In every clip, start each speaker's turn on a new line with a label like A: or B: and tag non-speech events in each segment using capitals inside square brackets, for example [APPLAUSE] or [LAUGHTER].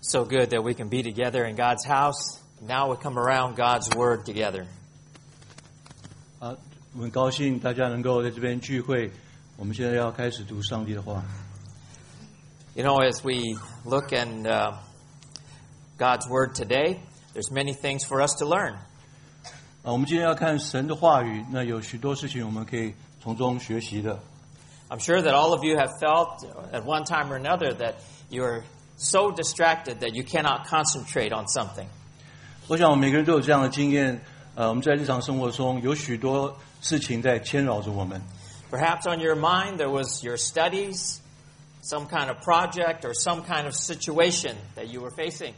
A: so good that we can be together in God's house. Now we come around God's Word together.
B: 啊，我很高兴大家能够在这边聚会。我们现在要开始读上帝的话。
A: You know, as we look in uh, God's Word today, there's many things for us to learn.
B: 啊，我们今天要看神的话语，那有许多事情我们可以从中学习的。
A: I'm sure that all of you have felt at one time or another that you're so distracted that you cannot concentrate on something.
B: 我想我们每个人都有这样的经验。呃，我们在日常生活中有许多事情在牵扰着我们。
A: Perhaps on your mind there was your studies, some kind of project, or some kind of situation that you were facing.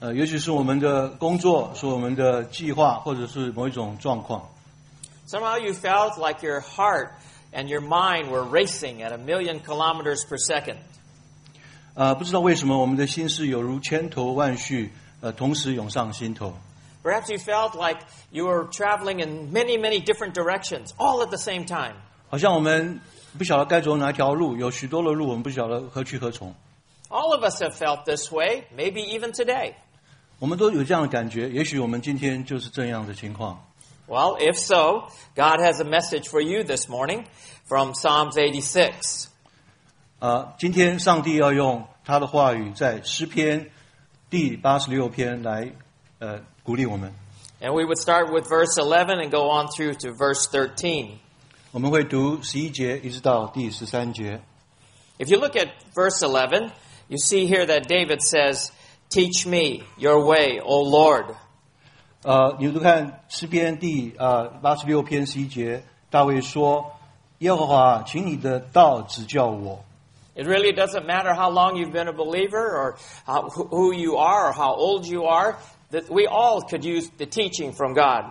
B: 呃，尤其是我们的工作，是我们的计划，或者是某一种状况。
A: Somehow you felt like your heart and your mind were racing at a million kilometers per second.
B: 呃，不知道为什么我们的心事有如千头万绪，呃，同时涌上心头。
A: Perhaps you felt like you were traveling in many, many different directions all at the same time.
B: 好像我们不晓得该走哪条路，有许多的路我们不晓得何去何从。
A: All of us have felt this way, maybe even today.
B: 我们都有这样的感觉，也许我们今天就是这样的情况。
A: Well, if so, God has a message for you this morning from Psalms 86.
B: 呃，今天上帝要用他的话语在诗篇第八十六篇来呃鼓励我们。
A: And we would start with verse 11 and go on through to verse 13.
B: 我们会读十一节一直到第十三节。
A: If you look at verse 11, you see here that David says, Teach me your way, O Lord.
B: 呃，你们看诗篇第呃八十六篇十一节，大卫说：“耶和华，请你的道指教我。
A: It really doesn't matter how long you've been a believer or how, who who you are or how old you are, that we all could use the teaching from God. ”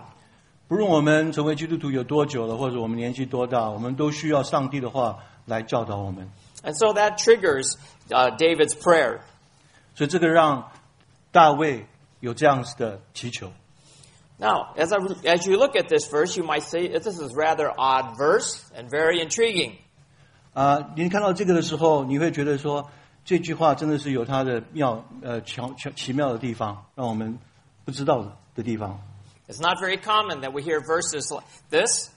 B: 不论我们成为基督徒有多久了，或者我们年纪多大，我们都需要上帝的话来教导我们。
A: And so that triggers uh, David's prayer.
B: 所以这个让大卫有这样子的祈求。
A: Now, as, I, as you look at this verse, you might say this is rather odd verse and very intriguing.
B: 啊、您看到这个的时候，你会觉得说这句话真的是有它的妙呃奇奇奇妙的地方，让我们不知道的地方。
A: It's not very common that we hear verses like this,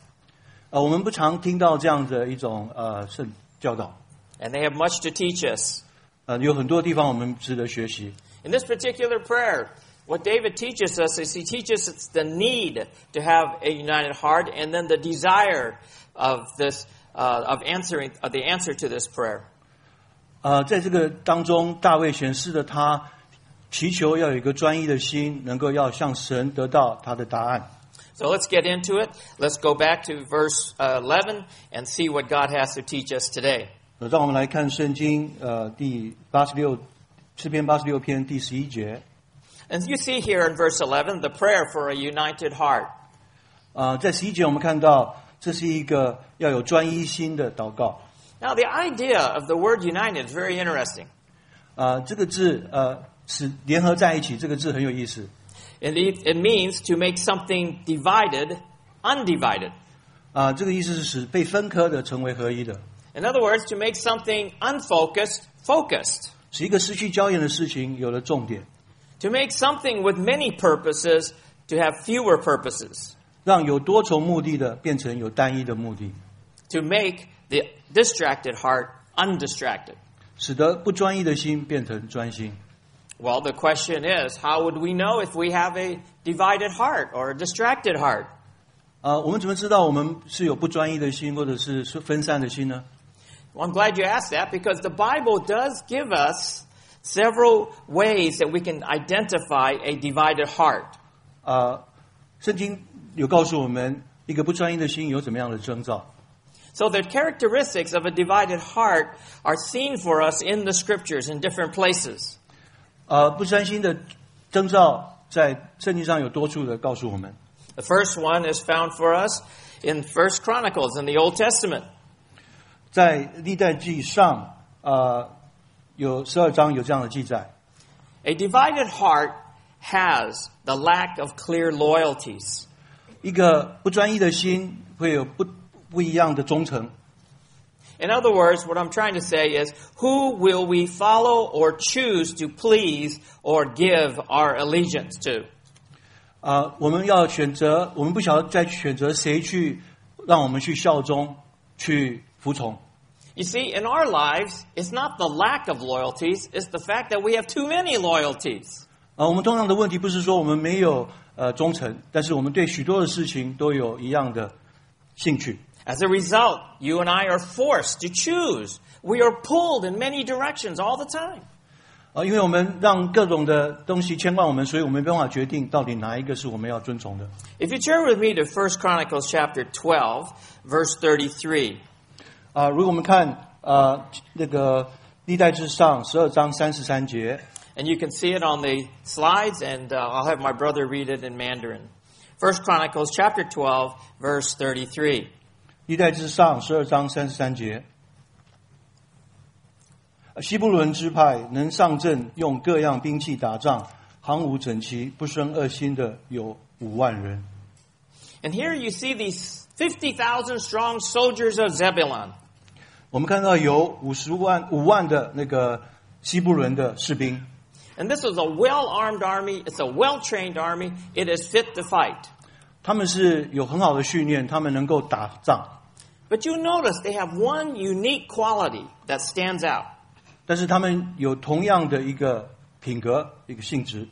B: 呃，我们不常听到这样的一种呃圣教导，
A: and they have much to teach us.
B: 呃，有很多地方我们值得学习。
A: In this particular prayer, what David teaches us is he teaches us the need to have a united heart and then the desire of this uh, of answering of the answer to this prayer.
B: 呃，在这个当中，大卫显示了他祈求要有一个专一的心，能够要向神得到他的答案。
A: So let's get into it. Let's go back to verse uh, 11 and see what God has to teach us today.
B: 呃，让我们来看圣经，呃，第八十六诗篇八十六篇第十一节。
A: And you see here in verse 11 the prayer for a united heart.
B: 呃，在十一节我们看到，这是一个要有专一心的祷告。
A: Now the idea of the word united is very interesting.
B: 呃，这个字，呃，是联合在一起，这个字很有意思。
A: It, it means to make something divided undivided.
B: 啊、这个意思是使被分割的成为合一的，
A: In other words, to make something unfocused focused,
B: 使一个失去焦点的事情有了重点，
A: to make something with many purposes to have fewer purposes,
B: 让有多重目的的变成有单一的目的，
A: to make the distracted heart undistracted.
B: 使得不专一的心变成专心。
A: Well, the question is, how would we know if we have a divided heart or a distracted heart?
B: 啊、我们怎么知道我们是有不专一的心，或者是是分散的心呢？
A: Well, I'm glad you asked that because the Bible does give us several ways that we can identify a divided heart.
B: 啊、圣经有告诉我们，一个不专一的心有怎么样的征兆。
A: So the characteristics of a divided heart are seen for us in the scriptures in different places.
B: 呃，不专心的征兆在圣经上有多处的告诉我们。
A: The first one is found for us in First Chronicles in the Old Testament.
B: 在历代记上，呃，有十二章有这样的记载。
A: A divided heart has the lack of clear loyalties.
B: 一个不专一的心会有不不一样的忠诚。
A: In other words, what I'm trying to say is who will we follow or choose to please or give our allegiance to?
B: 啊、我们要选择，我们不想要再选择谁去让我们去效忠、去服从。
A: You see, in our lives, it's not the lack of loyalties, it's the fact that we have too many loyalties.
B: 啊、我们通常的问题不是说我们没有呃忠诚，但是我们对许多的事情都有一样的兴趣。
A: As a result, you and I are forced to choose. We are pulled in many directions all the time.
B: 啊、因为我们让各种的东西牵挂我们，所以我们没办法决定到底哪一个是我们要遵从的。
A: If you turn with me to 1 Chronicles chapter 12, verse 33,
B: 啊、如果我们看呃那个历代至上十二章三十三节，
A: and you can see it on the slides, and uh, I'll have my brother read it in Mandarin. 1 Chronicles chapter 12, verse 33.
B: 历代至上十二章三十三节，西布伦支派能上阵，用各样兵器打仗，行伍整齐，不生恶心的有五万人。
A: And here you see these 50,000 strong soldiers of Zebulun.
B: 我们看到有五十万五万的那个西布伦的士兵，
A: And this is a well armed army, it's a well trained army, it is fit to fight.
B: 他们是有很好的训练，他们能够打仗，
A: But you notice they have one unique quality that stands out.
B: 但是他们有同样的一个品格、一个性质。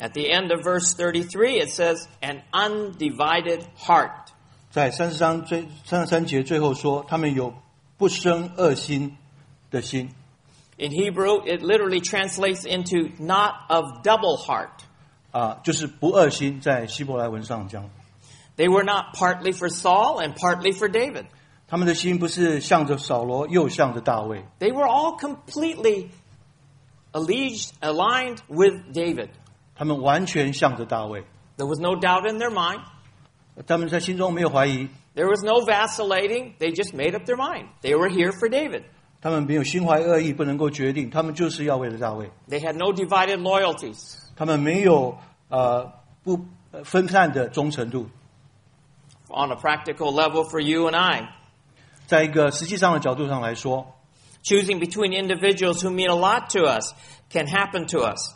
A: At the end of verse 33, it says, an undivided heart.
B: 在三十章最三十三节最后说，他们有不生恶心的心。
A: In Hebrew, it literally translates into not of double heart.
B: 啊，就是不恶心，在希伯来文上讲，
A: They were not partly for Saul and partly for David.
B: 他们的心不是向着扫罗，又向着大卫，
A: They were all completely alleged, aligned with David.
B: 他们完全向着大卫，
A: There was no doubt in their mind.
B: 他们在心中没有怀疑，
A: There was no vacillating. They just made up their mind. They were here for David.
B: 他们没有心怀恶意，不能够决定，他们就是要为了大卫，
A: They had no divided loyalties.
B: 他们没有呃不呃分散的忠诚度，
A: On a practical level for you and I,
B: 在一个实际上的角度上来说，
A: choosing between individuals who mean a lot to us can happen to us.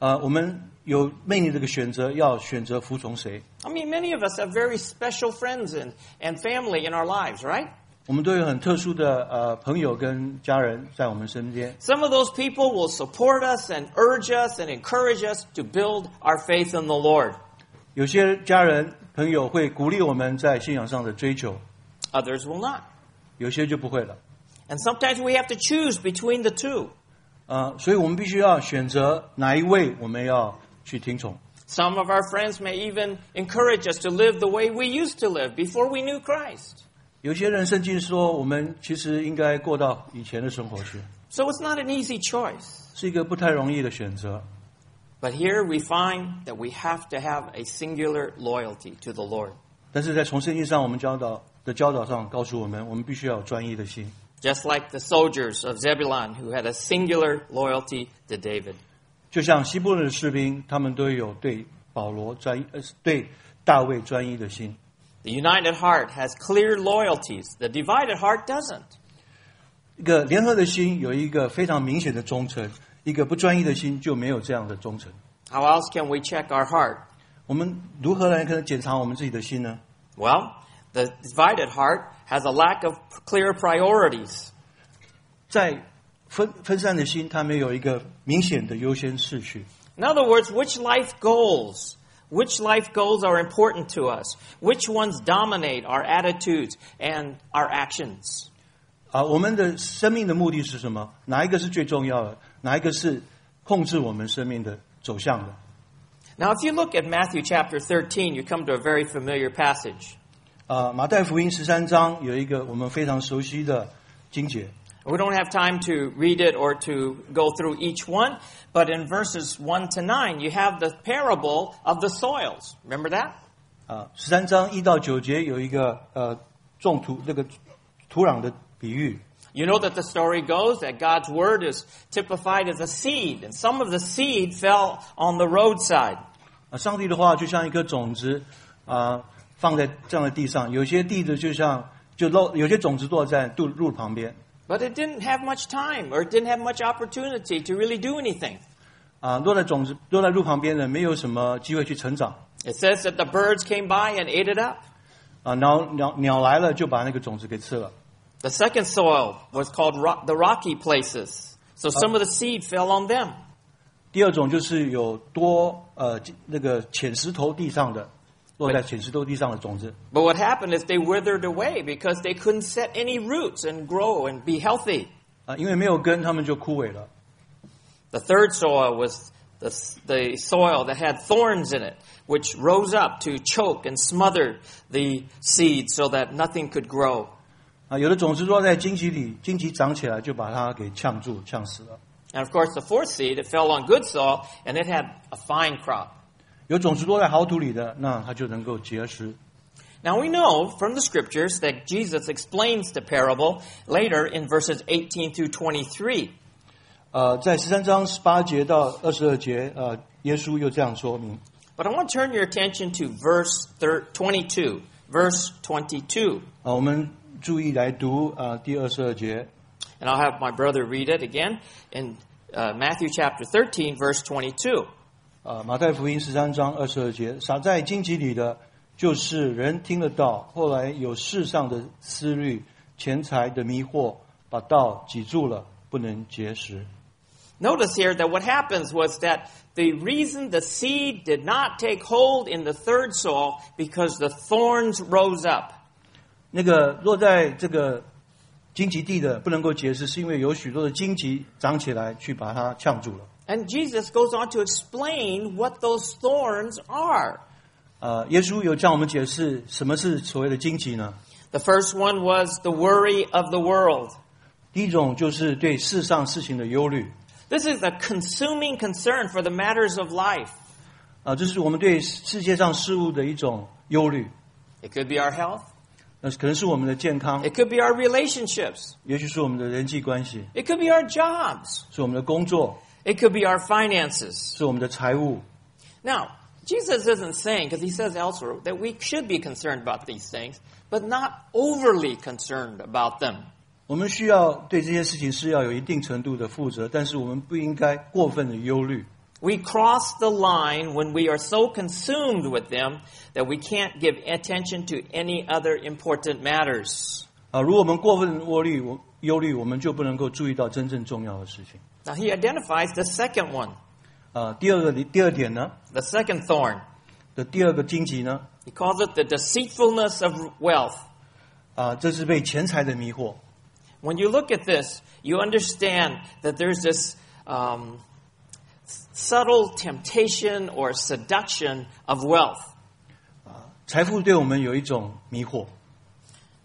B: 呃，我们有面临这个选择，要选择服从谁，
A: I mean, many of us have very special friends and, and family in our lives, right?
B: 我们都有很特殊的呃朋友跟家人在我们身边，
A: Some of those people will support us and urge us and encourage us to build our faith in the Lord.
B: 有些家人朋友会鼓励我们在信仰上的追求，
A: Others will not.
B: 有些就不会了。
A: And sometimes we have to choose between the two.
B: 呃，所以我们必须要选择哪一位我们要去听从。
A: Some of our friends may even encourage us to live the way we used to live before we knew Christ.
B: 有些人甚至说，我们其实应该过到以前的生活去，
A: So it's not an easy choice.
B: 是一个不太容易的选择。
A: But here we find that we have to have a singular loyalty to the Lord.
B: 但是在从圣经上我们教导的教导上告诉我们，我们必须要有专一的心，
A: Just like the soldiers of Zebulun who had a singular loyalty to David.
B: 就像希伯伦的士兵，他们都有对保罗专一，呃，对大卫专一的心。
A: The united heart has clear loyalties. The divided heart doesn't.
B: 一个联合的心有一个非常明显的忠诚，一个不专一的心就没有这样的忠诚。
A: How else can we check our heart?
B: 我们如何来可能检查我们自己的心呢？
A: Well, the divided heart has a lack of clear priorities.
B: 在分分散的心，它没有一个明显的优先次序。
A: In other words, which life goals, which life goals are important to us? Which ones dominate our attitudes and our actions?
B: 啊，我们的生命的目的是什么？哪一个是最重要的？哪一个是控制我们生命的走向的？
A: Now, if you look at Matthew chapter 13, you come to a very familiar passage.
B: 啊，马太福音十三章有一个我们非常熟悉的经节，
A: We don't have time to read it or to go through each one, but in verses 1 to 9, you have the parable of the soils. Remember that?
B: 啊，十三章一到九节有一个呃种土那个土壤的比喻。
A: You know that the story goes that God's word is typified as a seed, and some of the seed fell on the roadside.
B: 啊，上帝的话就像一个种子啊，放在这样的地上，有些地的就像就落有些种子落在路路旁边
A: But it didn't have much time or it didn't have much opportunity to really do anything.
B: 啊，落在种子落在路旁边的没有什么机会去成长
A: It says that the birds came by and ate it up.
B: 啊，然后鸟鸟来了就把那个种子给吃了
A: The second soil was called ro- the rocky places. So some of the seed fell on them.
B: 第二种就是有多呃那个浅石头地上的落在浅石头地上的种子
A: But what happened is they withered away because they couldn't set any roots and grow and be healthy.
B: 啊，因为没有根，它们就枯萎了。
A: The third soil was the, the soil that had thorns in it, which rose up to choke and smother the seed so that nothing could grow.
B: 啊，有的种子落在荆棘里，荆棘长起来就把它给呛住、呛死了。
A: And of course, the fourth seed, it fell on good soil and it had a fine crop.
B: 有种子落在好土里的，那它就能够结实。
A: Now we know from the scriptures that Jesus explains the parable later in verses 18 through 23.
B: 呃，在十三章十八节到二十二节，呃，耶稣又这样说明。
A: But I want to turn your attention to verse thir- 22. Verse 22.
B: 啊、我们注意来读啊、呃、第二十二节，
A: And I'll have my brother read it again in uh, Matthew chapter 13, verse 22.
B: 啊、马太福音十三章二十二节，撒在荆棘里的，就是人听得到，后来有世上的思虑、钱财的迷惑，把道挤住了，不能结实。
A: Notice here that what happens was that the reason the seed did not take hold in the third soil because the thorns rose up.
B: 那个落在这个荆棘地的不能够结实，是因为有许多的荆棘长起来去把它呛住了。
A: And Jesus goes on to explain what those thorns are.
B: 呃，耶稣有向我们解释什么是所谓的荆棘呢？
A: The first one was the worry of the world.
B: 第一种就是对世上事情的忧虑，
A: This is a consuming concern for the matters of life.
B: 啊、这是我们对世界上事物的一种忧虑，
A: It could be our health,
B: 那可能是我们的健康，
A: it could be our relationships,
B: 也许是我们的人际关系，
A: it could be our jobs,
B: 是我们的工作，
A: it could be our finances.
B: 是我们的财务。
A: Now, Jesus isn't saying, because he says elsewhere, that we should be concerned about these things, but not overly concerned about them.
B: 我们需要对这些事情是要有一定程度的负责，但是我们不应该过分的忧虑。
A: We cross the line when we are so consumed with them that we can't give attention to any other important matters.
B: 啊，如果我们过分忧虑，我忧虑，我们就不能够注意到真正重要的事情。
A: Now he identifies the second one,
B: 啊，第二个第二点呢
A: the second thorn.
B: 的第二个荆棘呢，
A: He calls it the deceitfulness of wealth.
B: 啊，这是被钱财的迷惑。
A: When you look at this, you understand that there's this um, s- subtle temptation or seduction of wealth.
B: 财富对我们有一种迷惑，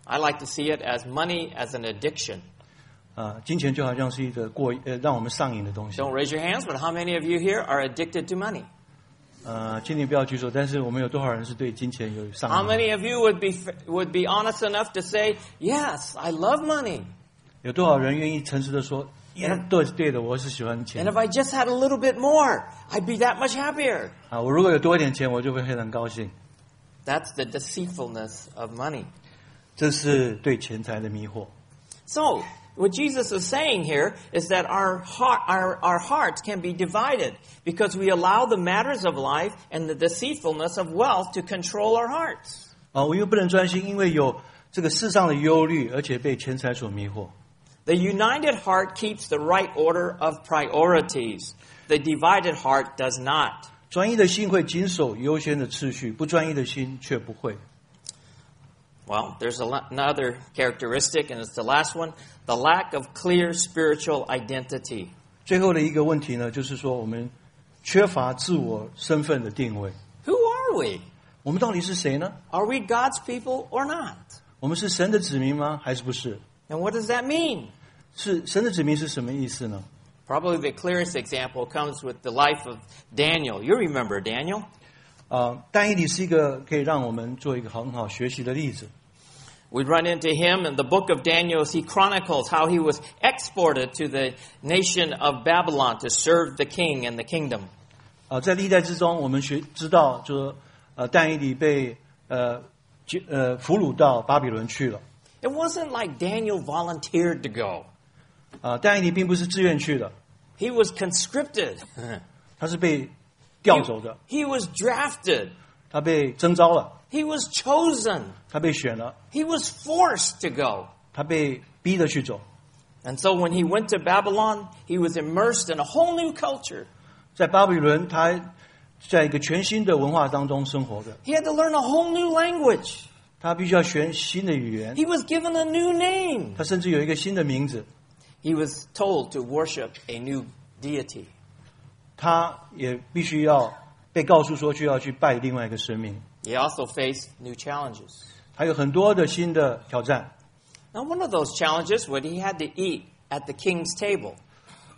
A: I like to see it as money as an addiction.
B: 啊，金钱就好像是一个过呃让我们上瘾的东西。
A: Don't raise your hands, but how many of you here are addicted to money?
B: 呃，请你不要举手，但是我们有多少人是对金钱有上
A: How
B: 瘾的？
A: many of you would be would be honest enough to say, "Yes, I love money,
B: 有多少人愿意诚实的说，Yeah，对对的，我是喜
A: and
B: 欢钱
A: if I just had a little bit more, I'd be that much happier."
B: 啊，我如果有多一点钱，我就会非常高兴。
A: That's the deceitfulness of money.
B: 这是对钱财的迷惑。
A: So, what Jesus is saying here is that our heart, our, our hearts can be divided because we allow the matters of life and the deceitfulness of wealth to control our hearts.
B: 啊，我又不能专心，因为有这个世上的忧虑，而且被钱财所迷惑。
A: The united heart keeps the right order of priorities. The divided heart does not.
B: 专一的心会谨守优先的次序，不专一的心却不会。
A: Well, there's a, lo- another characteristic, and it's the last one the lack of clear spiritual identity.
B: 最后的一个问题呢，就是说我们缺乏自我身份的定位。
A: Who are we?
B: 我们到底是谁呢？
A: Are we God's people or not?
B: 我们是神的子民吗？还是不是？
A: And what does that mean?
B: 是神的子民是什么意思呢？
A: Probably the clearest example comes with the life of Daniel. You remember Daniel?
B: 啊，但以理是一个可以让我们做一个很好学习的例子。
A: We run into him in the book of Daniel as he chronicles how he was exported to the nation of Babylon to serve the king and the kingdom.
B: 啊，在历代之中，我们学知道，就是呃，但以理被呃解呃俘虏到巴比伦去了。
A: It wasn't like Daniel volunteered to go.
B: 啊，戴安妮并不是自愿去的，
A: He was conscripted.
B: 她是被调走的，
A: He was drafted.
B: 她被征召了，
A: He was chosen.
B: 她被选了，
A: He was forced to go.
B: 她被逼着去走。
A: And so when he went to Babylon, he was immersed in a whole new culture.
B: 在巴比伦，她在一个全新的文化当中生活着，
A: He had to learn a whole new language.
B: 她必须要学新的语言，
A: He was given a new name.
B: 她甚至有一个新的名字，
A: He was told to worship a new deity.
B: 她也必须要被告诉说需要去拜另外一个神明。
A: He also faced new challenges.
B: 还有很多的新的挑战，
A: Now, one of those challenges was he had to eat at the king's table.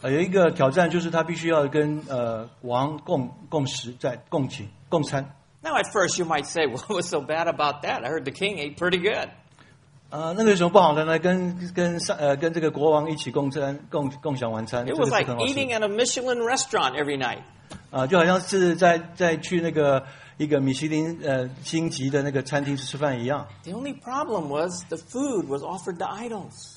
B: 呃，有一个挑战就是她必须要跟呃王共共食在共寝共餐。
A: Now, at first, you might say, [LAUGHS] What was so bad about that? I heard the king ate pretty good.
B: 啊、那个有什么不好的呢？跟跟上呃跟这个国王一起共餐共共享晚餐，这
A: It
B: 个
A: was
B: 是
A: like
B: 很好吃
A: eating at a Michelin restaurant every night.
B: 啊、就好像是在在去那个一个米其林呃星级的那个餐厅去吃饭一样
A: The only problem was the food was offered to idols.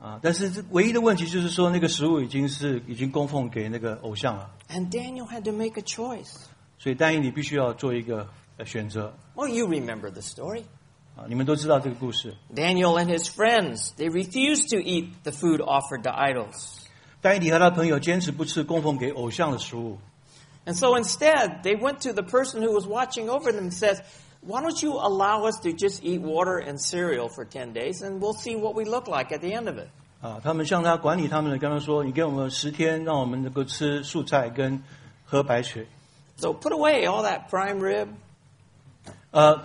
B: 啊、但是这唯一的问题就是说，那个食物已经是已经供奉给那个偶像了，
A: And Daniel had to make a choice.
B: 所以但以你必须要做一个呃选择
A: Well, you remember the story.
B: 啊、你们都知道这个故事，
A: Daniel and his friends, they refused to eat the food offered to idols.
B: 但以理和他朋友坚持不吃供奉给偶像的食物，
A: And so instead, they went to the person who was watching over them and says, why don't you allow us to just eat water and cereal for 10 days and we'll see what we look like at the end of it.
B: 啊，他们向他管理他们的，跟他说：“你给我们十天，让我们能够吃素菜跟喝白水。
A: So put away all that prime rib, ”
B: 呃，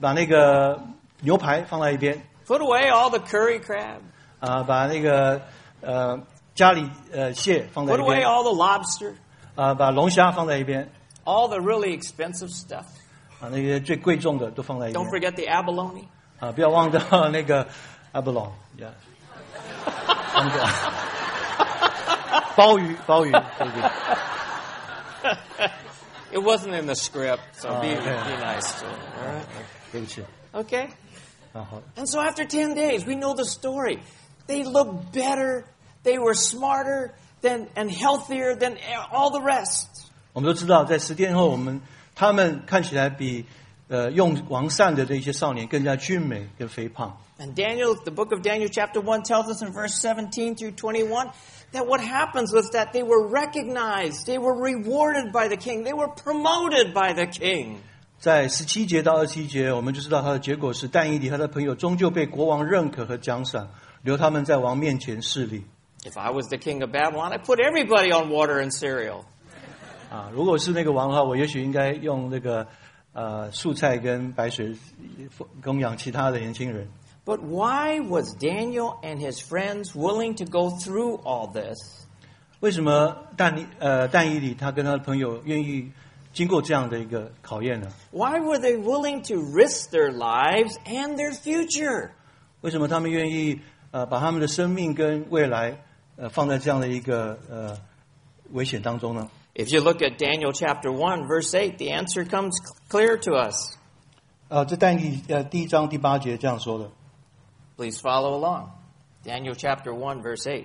B: 把那个牛排放在一边，
A: put away all the curry crab,
B: 啊、把那个呃家里呃蟹放在
A: put
B: 一
A: away
B: 边，啊、
A: all the lobster,
B: 把龙虾放在一边，
A: all the really expensive stuff.
B: 啊、那些最贵重的都放在一边
A: Don't，forget the abalone.
B: 啊、不要忘掉那个 abalone，yeah 忘掉 [LAUGHS] 鲍鱼，鲍鱼，对不对？
A: It wasn't in the script, so be,
B: Oh,
A: be
B: okay.
A: nice to him. All right.
B: 对不起，
A: Okay.
B: 啊好，
A: And so after 10 days, we know the story. They looked better, they were smarter than, and healthier than all the rest.
B: 我们都知道，在十天后，我们他们看起来比呃用王善的这些少年更加俊美跟肥胖。
A: And Daniel, the book of Daniel, chapter 1, tells us in verse 17 through 21 that what happens was that they were recognized, they were rewarded by the king, they were promoted by the king.
B: 在十七节到二十一节，我们就知道他的结果是但以理和他的朋友终究被国王认可和奖赏，留他们在王面前势力。
A: If I was the king of Babylon, I'd put everybody on water and cereal.
B: 啊，如果是那个王的话，我也许应该用那个呃素菜跟白水供养其他的年轻人。
A: But why was Daniel and his friends willing to go through all this?
B: 为什么但以呃但以理他跟他的朋友愿意经过这样的一个考验呢？
A: Why were they willing to risk their lives and their future?
B: 为什么他们愿意呃把他们的生命跟未来呃放在这样的一个呃危险当中呢？
A: If you look at Daniel chapter 1, verse 8, the answer comes c- clear to us.
B: 呃，这但以呃第一章第八节这样说的，
A: Please follow along. Daniel chapter 1, verse 8.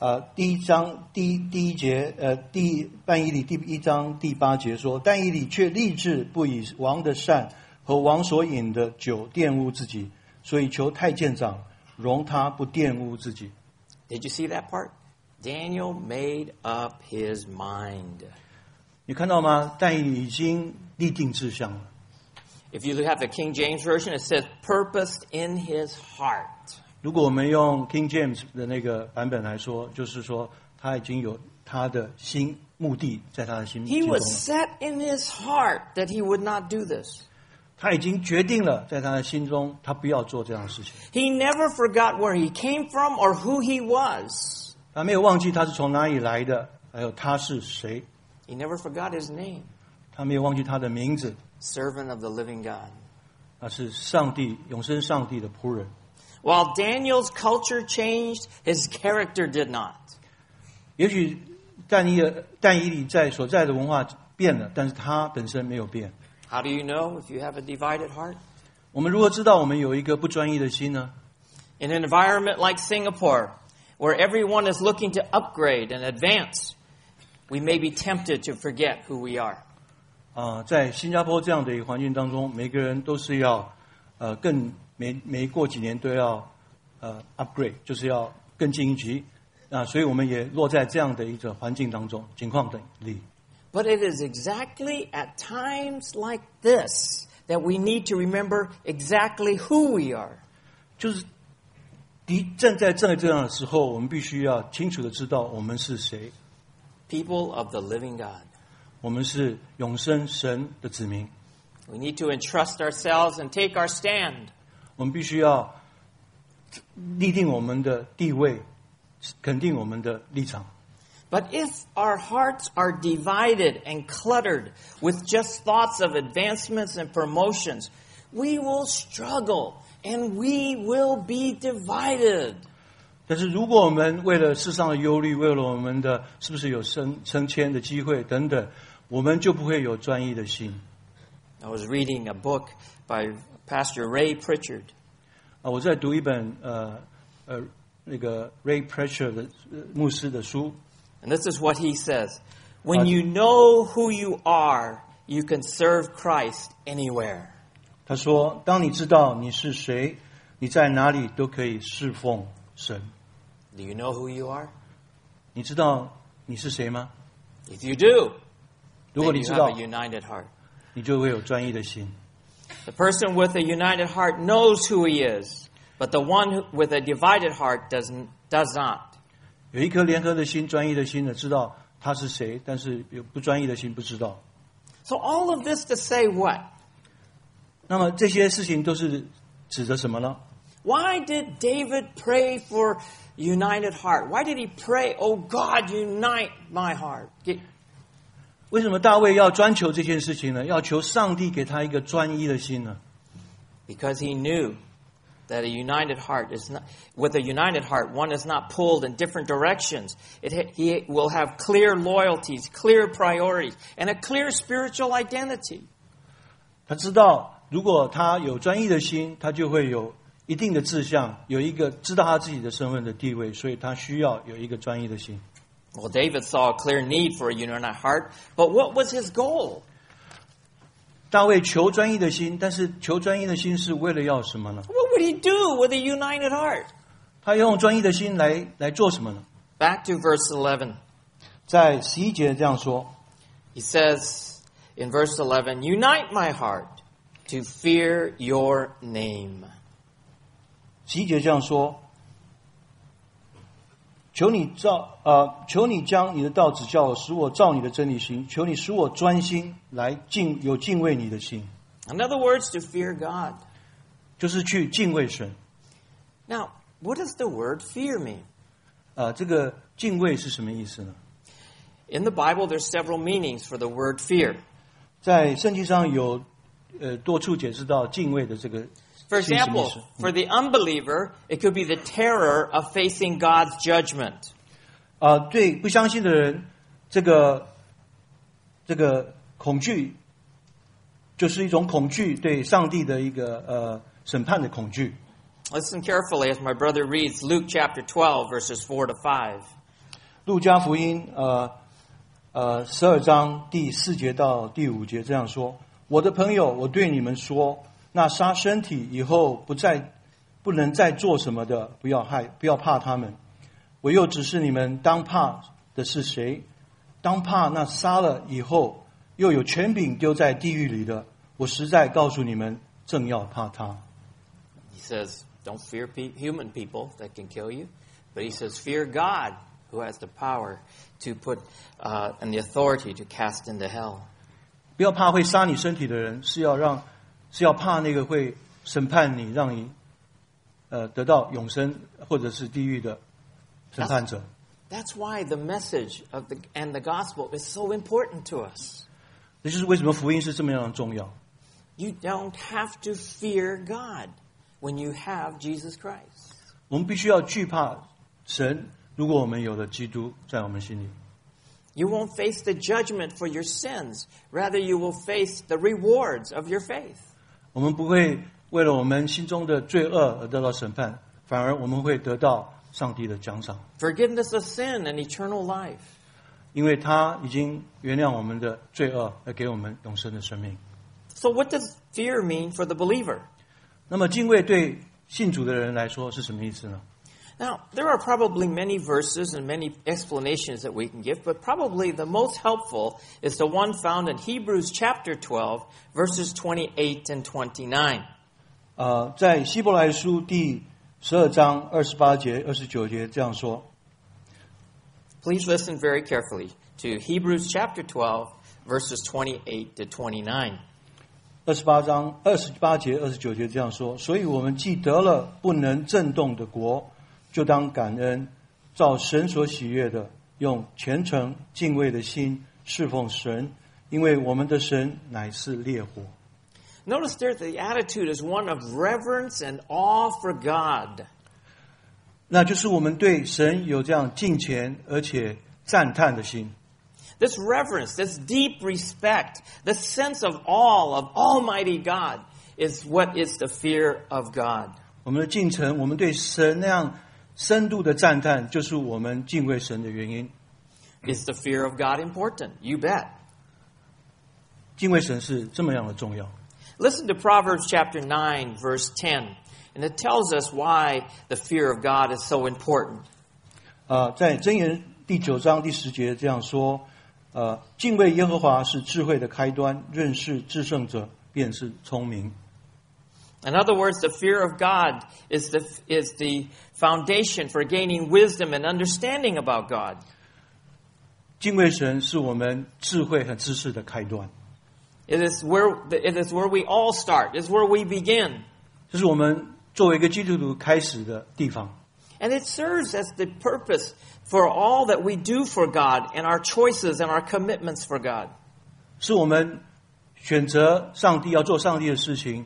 B: 呃，第一章第一第一节呃第但以理第一章第八节说，但以理却立志不以王的善和王所饮的酒玷污自己，所以求太监长容他不玷污自己。
A: Did you see that part? Daniel made up his mind.
B: 你看到吗？但以理已经立定志向了。
A: If you have the King James Version, it says, purposed in his heart.
B: 如果我们用 King James 的那个版本来说，就是说他已经有他的心目的在他的心心
A: He
B: 中了
A: was，set in his heart that he would not do this.
B: 他已经决定了在他的心中，他不要做这样的事情。
A: He never forgot where he came from or who he was.
B: 他没有忘记他是从哪里来的，还有他是谁，
A: He never forgot his name,
B: 他没有忘记他的名字，
A: servant of the living God.
B: 他是上帝永生上帝的仆人。
A: While Daniel's culture changed, his character did not.
B: 也许但以尔但以理在所在的文化变了，但是他本身没有变。
A: How do you know if you have a divided heart?
B: 我们如何知道我们有一个不专一的心呢？
A: In an environment like Singapore, where everyone is looking to upgrade and advance, we may be tempted to forget who we are.
B: 啊，在新加坡这样的一个环境当中，每个人都是要，呃，更每每过几年都要，呃，upgrade，就是要更进一级。啊，所以我们也落在这样的一个环境当中、情况等里。
A: But it is exactly at times like this that we need to remember exactly who we are.
B: 就是敌正在正这样的时候，我们必须要清楚的知道我们是谁，
A: People of the living God.
B: 我们是永生神的子民，
A: We need to entrust ourselves and take our stand.
B: 我们必须要立定我们的地位，肯定我们的立场。
A: But if our hearts are divided and cluttered with just thoughts of advancements and promotions, we will struggle and we will be divided.
B: 但是如果我们为了世上的忧虑，为了我们的是不是有升升迁的机会等等，我们就不会有专一的心。
A: I was reading a book by Pastor Ray Pritchard.
B: 啊，我在读一本呃呃那个 Ray Pressure 的呃牧师的书，
A: And this is what he says When you know who you are, you can serve Christ anywhere.
B: 他说：“当你知道你是谁，你在哪里都可以侍奉神。
A: Do you know who you are?
B: 你知道你是谁吗？
A: If you do,
B: 如果
A: then
B: 你
A: you
B: 知
A: have
B: 道
A: a，united heart.
B: 你就会有专一的心。
A: The person with a united heart knows who he is, but the one who- with a divided heart does, n- does not.
B: 有一颗联合的心，专一的心呢，知道他是谁，但是有不专一的心不知道。
A: So, all of this to say what?
B: 那么这些事情都是指着什么呢？
A: Why did David pray for united heart? Why did he pray, Oh God, unite my heart? Get-
B: 为什么大卫要专求这件事情呢？要求上帝给他一个专一的心呢？
A: Because he knew that a united heart is not, with a united heart, one is not pulled in different directions. It, ha- he will have clear loyalties, clear priorities, and a clear spiritual identity.
B: 他知道，如果他有专一的心，他就会有一定的志向，有一个知道他自己的身份的地位，所以他需要有一个专一的心。
A: Well, David saw a clear need for a united heart, but what was his goal?
B: 大卫求专一的心，但是求专一的心是为了要什么呢？
A: What would he do with a united heart?
B: 他要用专一的心来来做什么呢？
A: Back to verse 11.
B: 在十一节这样说，
A: He says in verse 11, Unite my heart to fear your name.
B: 十一节这样说：“求你照呃，求你将你的道指教我，使我照你的真理行。求你使我专心来敬有敬畏你的心，
A: In other words, to fear God.
B: 就是去敬畏神。
A: Now, what does the word fear mean?
B: 啊、这个敬畏是什么意思呢？
A: In the Bible, there's several meanings for the word fear.
B: 在圣经上有呃多处解释到敬畏的这个
A: For
B: 是什么意
A: example,
B: 思？
A: for the unbeliever, it could be the terror of facing God's judgment.
B: 啊、对不相信的人，这个这个恐惧，就是一种恐惧对上帝的一个呃审判的恐惧。
A: Listen carefully as my brother reads Luke chapter 12, verses 4 to 5.
B: 路加福音呃呃十二章第四节到第五节这样说：“我的朋友，我对你们说，那杀身体以后不再不能再做什么的，不要害，不要怕他们。我又指示你们，当怕的是谁？当怕那杀了以后又有权柄丢在地狱里的。我实在告诉你们，正要怕他。
A: He says, Don't fear pe- human people that can kill you. But he says, Fear God who has the power to put uh, and the authority to cast into hell.
B: 不要怕会杀你身体的人，是要让是要怕那个会审判你，让你呃得到永生或者是地狱的审判者。
A: That's why the message of the, and the gospel is so important to us.
B: 这就是为什么福音是这么样的重要。
A: You don't have to fear God when you have Jesus Christ.
B: 我们必须要惧怕神。如果我们有了基督在我们心里，
A: You won't face the judgment for your sins. Rather, you will face the rewards of your faith.
B: 我们不会为了我们心中的罪恶而得到审判，反而我们会得到上帝的奖赏，
A: forgiveness of sin and eternal life.
B: 因为他已经原谅我们的罪恶，而给我们永生的生命。
A: So, what does fear mean for the believer?
B: 那么敬畏对信主的人来说是什么意思呢？
A: Now, there are probably many verses and many explanations that we can give, but probably the most helpful is the one found in Hebrews chapter 12, verses 28 and 29.
B: 呃，在希伯来书第十二章二十八节、二十九节这样说：
A: Please listen very carefully to Hebrews chapter 12, verses 28 to 29.
B: 二十八章二十八节、二十九节这样说。所以我们既得了不能震动的国，就当感恩，照神所喜悦的，用虔诚敬畏的心侍奉神，因为我们的神乃是烈火。
A: Notice there that the attitude is one of reverence and awe for God.
B: 那就是我们对神有这样敬虔而且赞叹的心。
A: This reverence, this deep respect, this sense of awe of Almighty God is what is the fear of God.
B: 我们的敬虔，我们对神那样深度的赞叹，就是我们敬畏神的原因。
A: Is the fear of God important? You bet.
B: 敬畏神是这么样的重要。
A: Listen to Proverbs chapter 9, verse 10, and it tells us why the fear of God is so important.
B: 啊，在箴言第九章第十节这样说：，呃，敬畏耶和华是智慧的开端，认识至圣者便是聪明。
A: In other words, the fear of God is the, is the foundation for gaining wisdom and understanding about God.
B: 敬畏神是我们智慧和知识的开端，
A: It is where, it is where we all start, it's where we begin.
B: 这是我们作为一个基督徒开始的地方。
A: And it serves as the purpose for all that we do for God and our choices and our commitments for God.
B: 是我们选择上帝要做上帝的事情，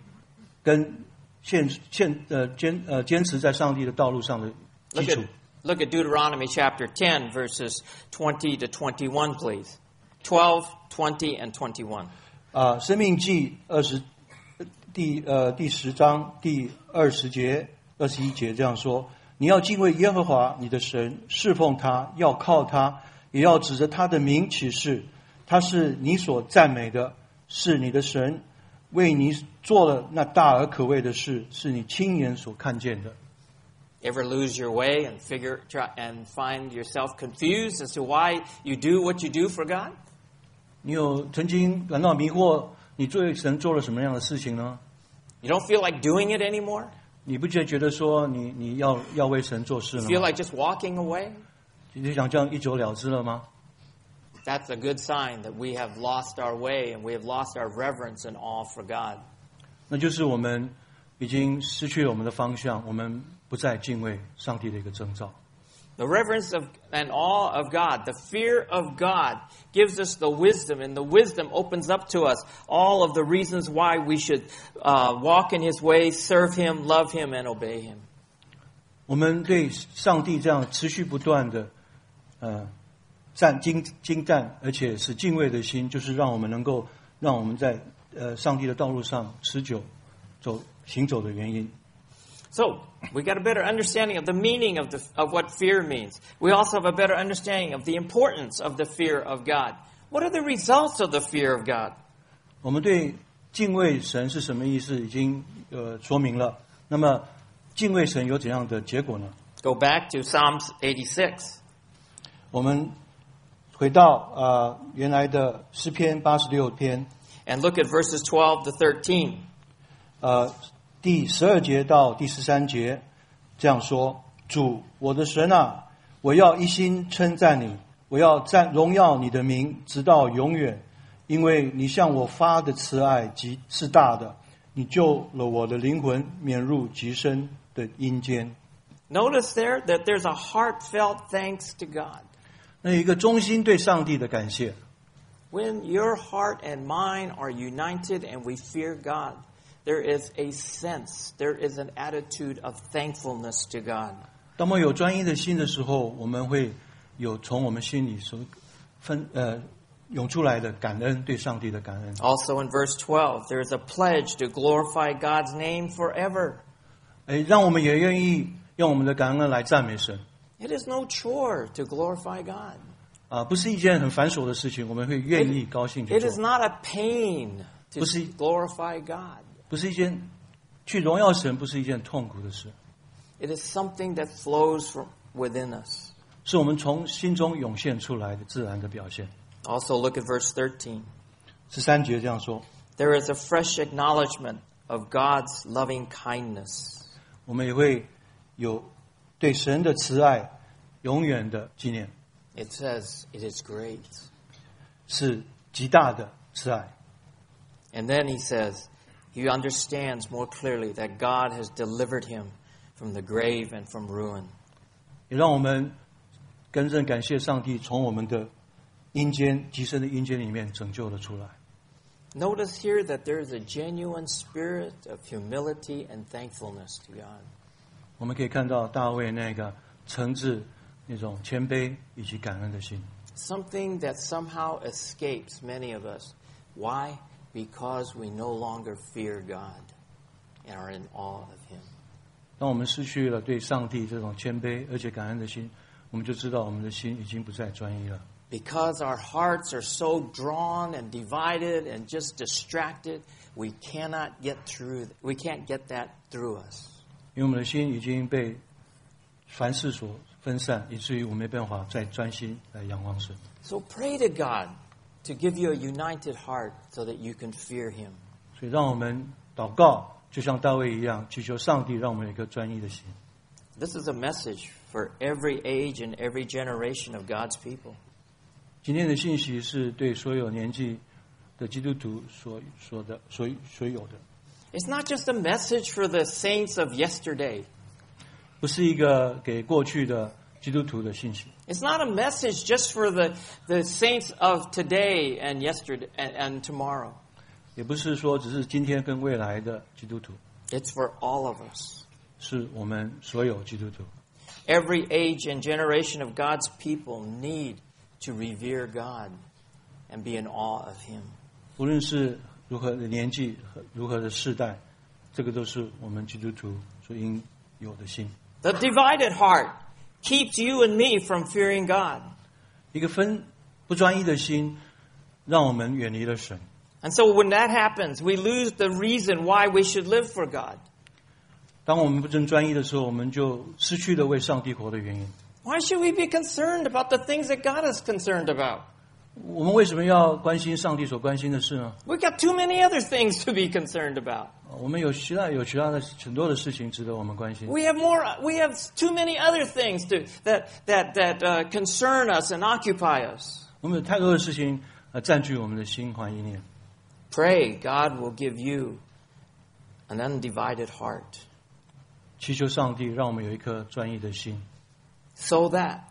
B: 跟现现呃坚呃坚持在上帝的道路上的基
A: Look
B: 础
A: at,。look at Deuteronomy chapter 10, verses 20 to 21, please. 12, 20, and 21.
B: 啊、生命记二十第呃第十章第二十节、二十一节这样说：你要敬畏耶和华你的神，侍奉他，要靠他，也要指着他的名起誓，他是你所赞美的，是你的神，为你做了那大而可畏的事，是你亲眼所看见的。
A: Ever lose your way and figure try, and find yourself confused as to why you do what you do for God?
B: 你有曾经感到迷惑？你对神做了什么样的事情呢？
A: You don't feel like doing it anymore?
B: 你不觉得觉得说你你要要为神做事了
A: Feel
B: 吗？
A: like just walking away?
B: 你就想这样一走了之了吗？
A: That's a good sign that we have lost our way and we have lost our reverence and awe for God.
B: 那就是我们已经失去了我们的方向，我们不再敬畏上帝的一个征兆。
A: The reverence of and awe of God, the fear of God gives us the wisdom, and the wisdom opens up to us all of the reasons why we should uh, walk in His ways, serve Him, love Him, and obey Him.
B: 我们对上帝这样持续不断的，呃，赞精精赞，而且是敬畏的心，就是让我们能够让我们在呃上帝的道路上持久走行走的原因。
A: So we got a better understanding of the meaning of the of what fear means. We also have a better understanding of the importance of the fear of God. What are the results of the fear of God?
B: 我们对敬畏神是什么意思已经呃说明了。那么敬畏神有怎样的结果呢？
A: Go back to Psalms 86.
B: 我们回到呃原来的诗篇八十六篇，
A: And look at verses 12 to 13.
B: 呃第十二节到第十三节这样说：主，我的神啊，我要一心称赞你，我要赞荣耀你的名，直到永远，因为你向我发的慈爱极是大的，你救了我的灵魂，免入极深的阴间。
A: Notice there that there's a heartfelt thanks to God.
B: 那一个忠心对上帝的感谢。
A: When your heart and mine are united and we fear God, there is a sense, there is an attitude of thankfulness to God.
B: 当我们有专一的心的时候，我们会有从我们心里所分呃涌出来的感恩，对上帝的感恩。
A: Also in verse 12, there is a pledge to glorify God's name forever.
B: 哎，让我们也愿意用我们的感恩来赞美神
A: It is no chore to glorify God.
B: 啊，不是一件很繁琐的事情，我们会愿意高兴去
A: It is
B: 做，
A: not a pain to
B: Pues sí.
A: glorify God.
B: 不是一件去荣耀神，不是一件痛苦的事，
A: It is something that flows from within us.
B: 是我们从心中涌现出来的自然的表现。
A: Also, look at verse 13.
B: 十三节这样说，
A: There is a fresh acknowledgement of God's loving kindness.
B: 我们也会有对神的慈爱永远的纪念，
A: It says, It is great.
B: 是极大的慈爱。
A: And then he says, He understands more clearly that God has delivered him from the grave and from ruin.
B: 也让我们真正感谢上帝，从我们的阴间极深的阴间里面拯救了出来。
A: Notice here that there is a genuine spirit of humility and thankfulness to God.
B: 我们可以看到大卫那个诚挚、那种谦卑以及感恩的心，
A: Something that somehow escapes many of us. Why? Because we no longer fear God and are in awe of Him.
B: 当我们失去了对上帝这种谦卑而且感恩的心，我们就知道我们的心已经不再专一了。
A: Because our hearts are so drawn and divided and just distracted, we cannot get through, we can't get that through us.
B: 因为我们的心已经被凡事所分散，以至于我们没办法再专心来仰望神。
A: So pray to God to give you a united heart so that you can fear Him.
B: 所以，让我们祷告，就像大卫一样，祈求上帝让我们有一个专一的心。
A: This is a message for every age and every generation of God's people.
B: 今天的信息是对所有年纪的基督徒所说的、所所有的，
A: It's not just a message for the saints of yesterday.
B: 不是一个给过去的基督徒的信息，
A: It's not a message just for the, the saints of today and yesterday and, and tomorrow.
B: 也不是说只是今天跟未来的基督徒，
A: It's for all of us.
B: 是我们所有基督徒。
A: Every age and generation of God's people need to revere God and be in awe of Him.
B: 无论是如何的年纪、和如何的世代，这个都是我们基督徒所应有的心。
A: The divided heart keeps you and me from fearing God.
B: 一个分不专一的心，让我们远离了神。
A: And so when that happens, we lose the reason why we should live for God.
B: 当我们不真专一的时候，我们就失去了为上帝活的原因。
A: Why should we be concerned about the things that God is concerned about?
B: 我们为什么要关心上帝所关心的事呢？
A: We've got too many other things to be concerned about.
B: 我们有其他有其他的很多的事情值得我们关心。
A: We have more. We have too many other things to, that that that uh, concern us and occupy us.
B: 我们有太多的事情呃占据我们的心怀意念。
A: Pray God will give you an undivided heart,
B: 祈求上帝让我们有一颗专一的心，
A: so that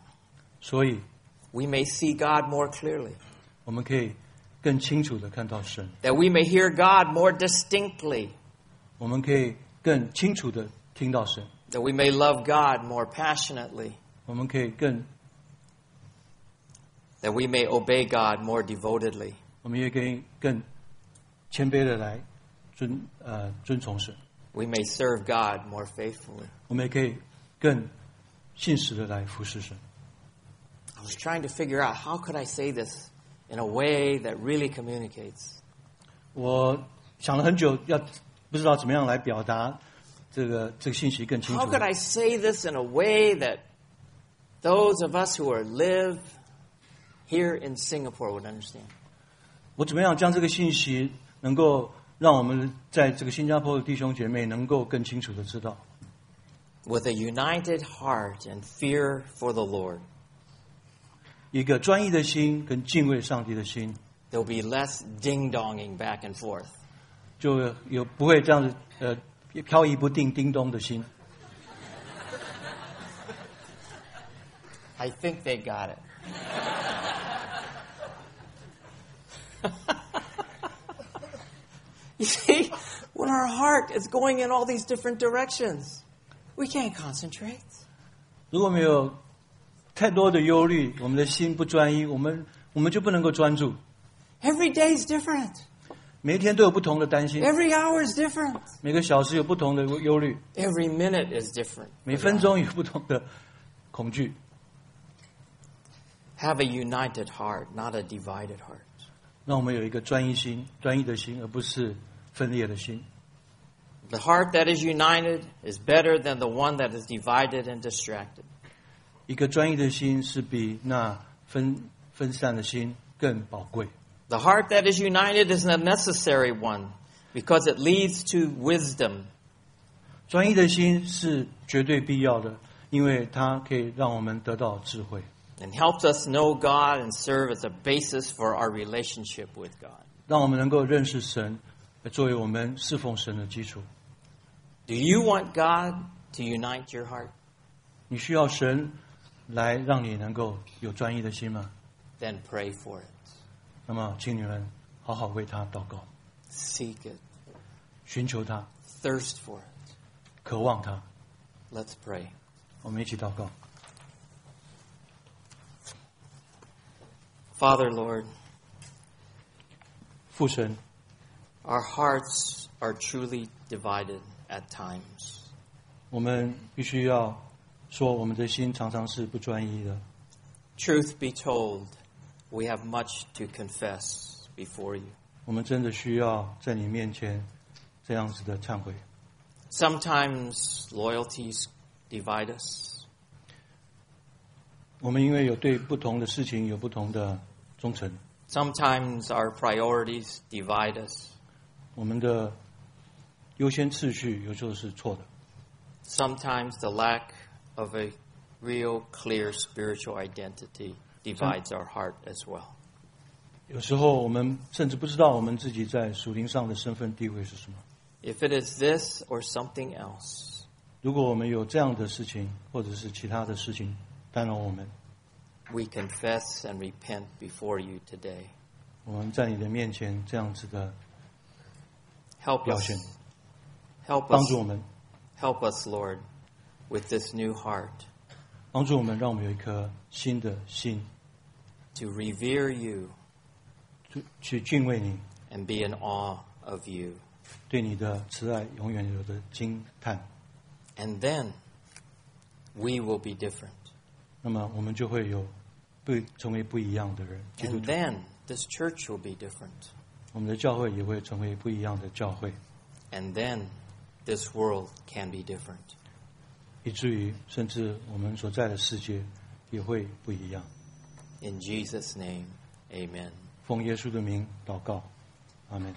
B: 所以
A: we may see God more clearly,
B: 我们可以更清楚的看到神，
A: that we may hear God more distinctly,
B: 我们可以更清楚的听到神，
A: that we may love God more passionately,
B: 我们可以更，
A: that we may obey God more devotedly.
B: 我们也可以更谦卑的来尊呃遵从神，
A: we may serve God more faithfully.
B: 我们也可以更信实的来服侍神。
A: I was trying to figure out how could I say this in a way that really communicates.
B: 我想了很久，要不知道怎么样来表达这个这个信息更清
A: How
B: 楚。
A: could I say this in a way that those of us who are live here in Singapore would understand?
B: 我怎么样将这个信息能够让我们在这个新加坡的弟兄姐妹能够更清楚的知道，
A: With a united heart and fear for the Lord,
B: 一个专一的心跟敬畏上帝的心，
A: there'll be less ding donging back and forth.
B: 就有不会这样子呃飘逸不定、叮咚的心。
A: I think they got it. [LAUGHS] you see, when our heart is going in all these different directions, we can't concentrate.
B: 如果没有太多的忧虑，我们的心不专一，我们我们就不能够专注。
A: Every day is different.
B: 每一天都有不同的担心，
A: Every hour is different.
B: 每个小时有不同的忧虑，
A: Every minute is different.
B: 每分钟有不同的恐惧。
A: Have a united heart, not a divided heart.
B: 让我们有一个专一心、专一的心，而不是分裂的心。
A: The heart that is united is better than the one that is divided and distracted.
B: 一个专一的心是比那分分散的心更宝贵。
A: The heart that is united is a necessary one because it leads to wisdom.
B: 专一的心是绝对必要的，因为它可以让我们得到智慧，
A: and helps us know God and serve as a basis for our relationship with God.
B: 让我们能够认识神，作为我们侍奉神的基础。
A: Do you want God to unite your heart?
B: 你需要神来让你能够有专一的心吗？
A: Then pray for it.
B: 那么，请你们好好为他祷告，
A: Seek it.
B: 寻求他，
A: Thirst for it.
B: 渴望他。
A: Let's pray.
B: 我们一起祷告，
A: Father, Lord,
B: 父神，
A: our hearts are truly divided at times.
B: 我们必须要说，我们的心常常是不专一的。
A: Truth be told, we have much to confess before you.
B: 我们真的需要在你面前这样子的忏悔。
A: Sometimes loyalties divide us.
B: 我们因为有对不同的事情有不同的忠诚，
A: Sometimes our priorities divide us.
B: 我们的优先次序有时候是错的。
A: Sometimes the lack of a real, clear spiritual identity divides our heart as well.
B: 有时候我们甚至不知道我们自己在属灵上的身份地位是什么。
A: If it is this or something else,
B: 如果我们有这样的事情，或者是其他的事情干扰我们，
A: we confess and repent before you today.
B: 我们在你的面前这样子的
A: Help us.
B: Yashin.
A: Help
B: 帮
A: us.
B: 助我们，
A: Help us, Lord, with this new heart
B: 帮助我们，让我们有一颗新的心，
A: to revere you
B: 去去敬畏你，
A: and be in awe of you.
B: 对你的慈爱永远有的惊叹。
A: And then we will be different.
B: 那么我们就会有不成为不一样的人，基督
A: And
B: 徒，
A: then this church will be different.
B: 我们的教会也会成为不一样的教会，
A: And then this world can be different.
B: 以至于甚至我们所在的世界也会不一样。
A: In Jesus' name, amen.
B: 奉耶稣的名祷告，阿门。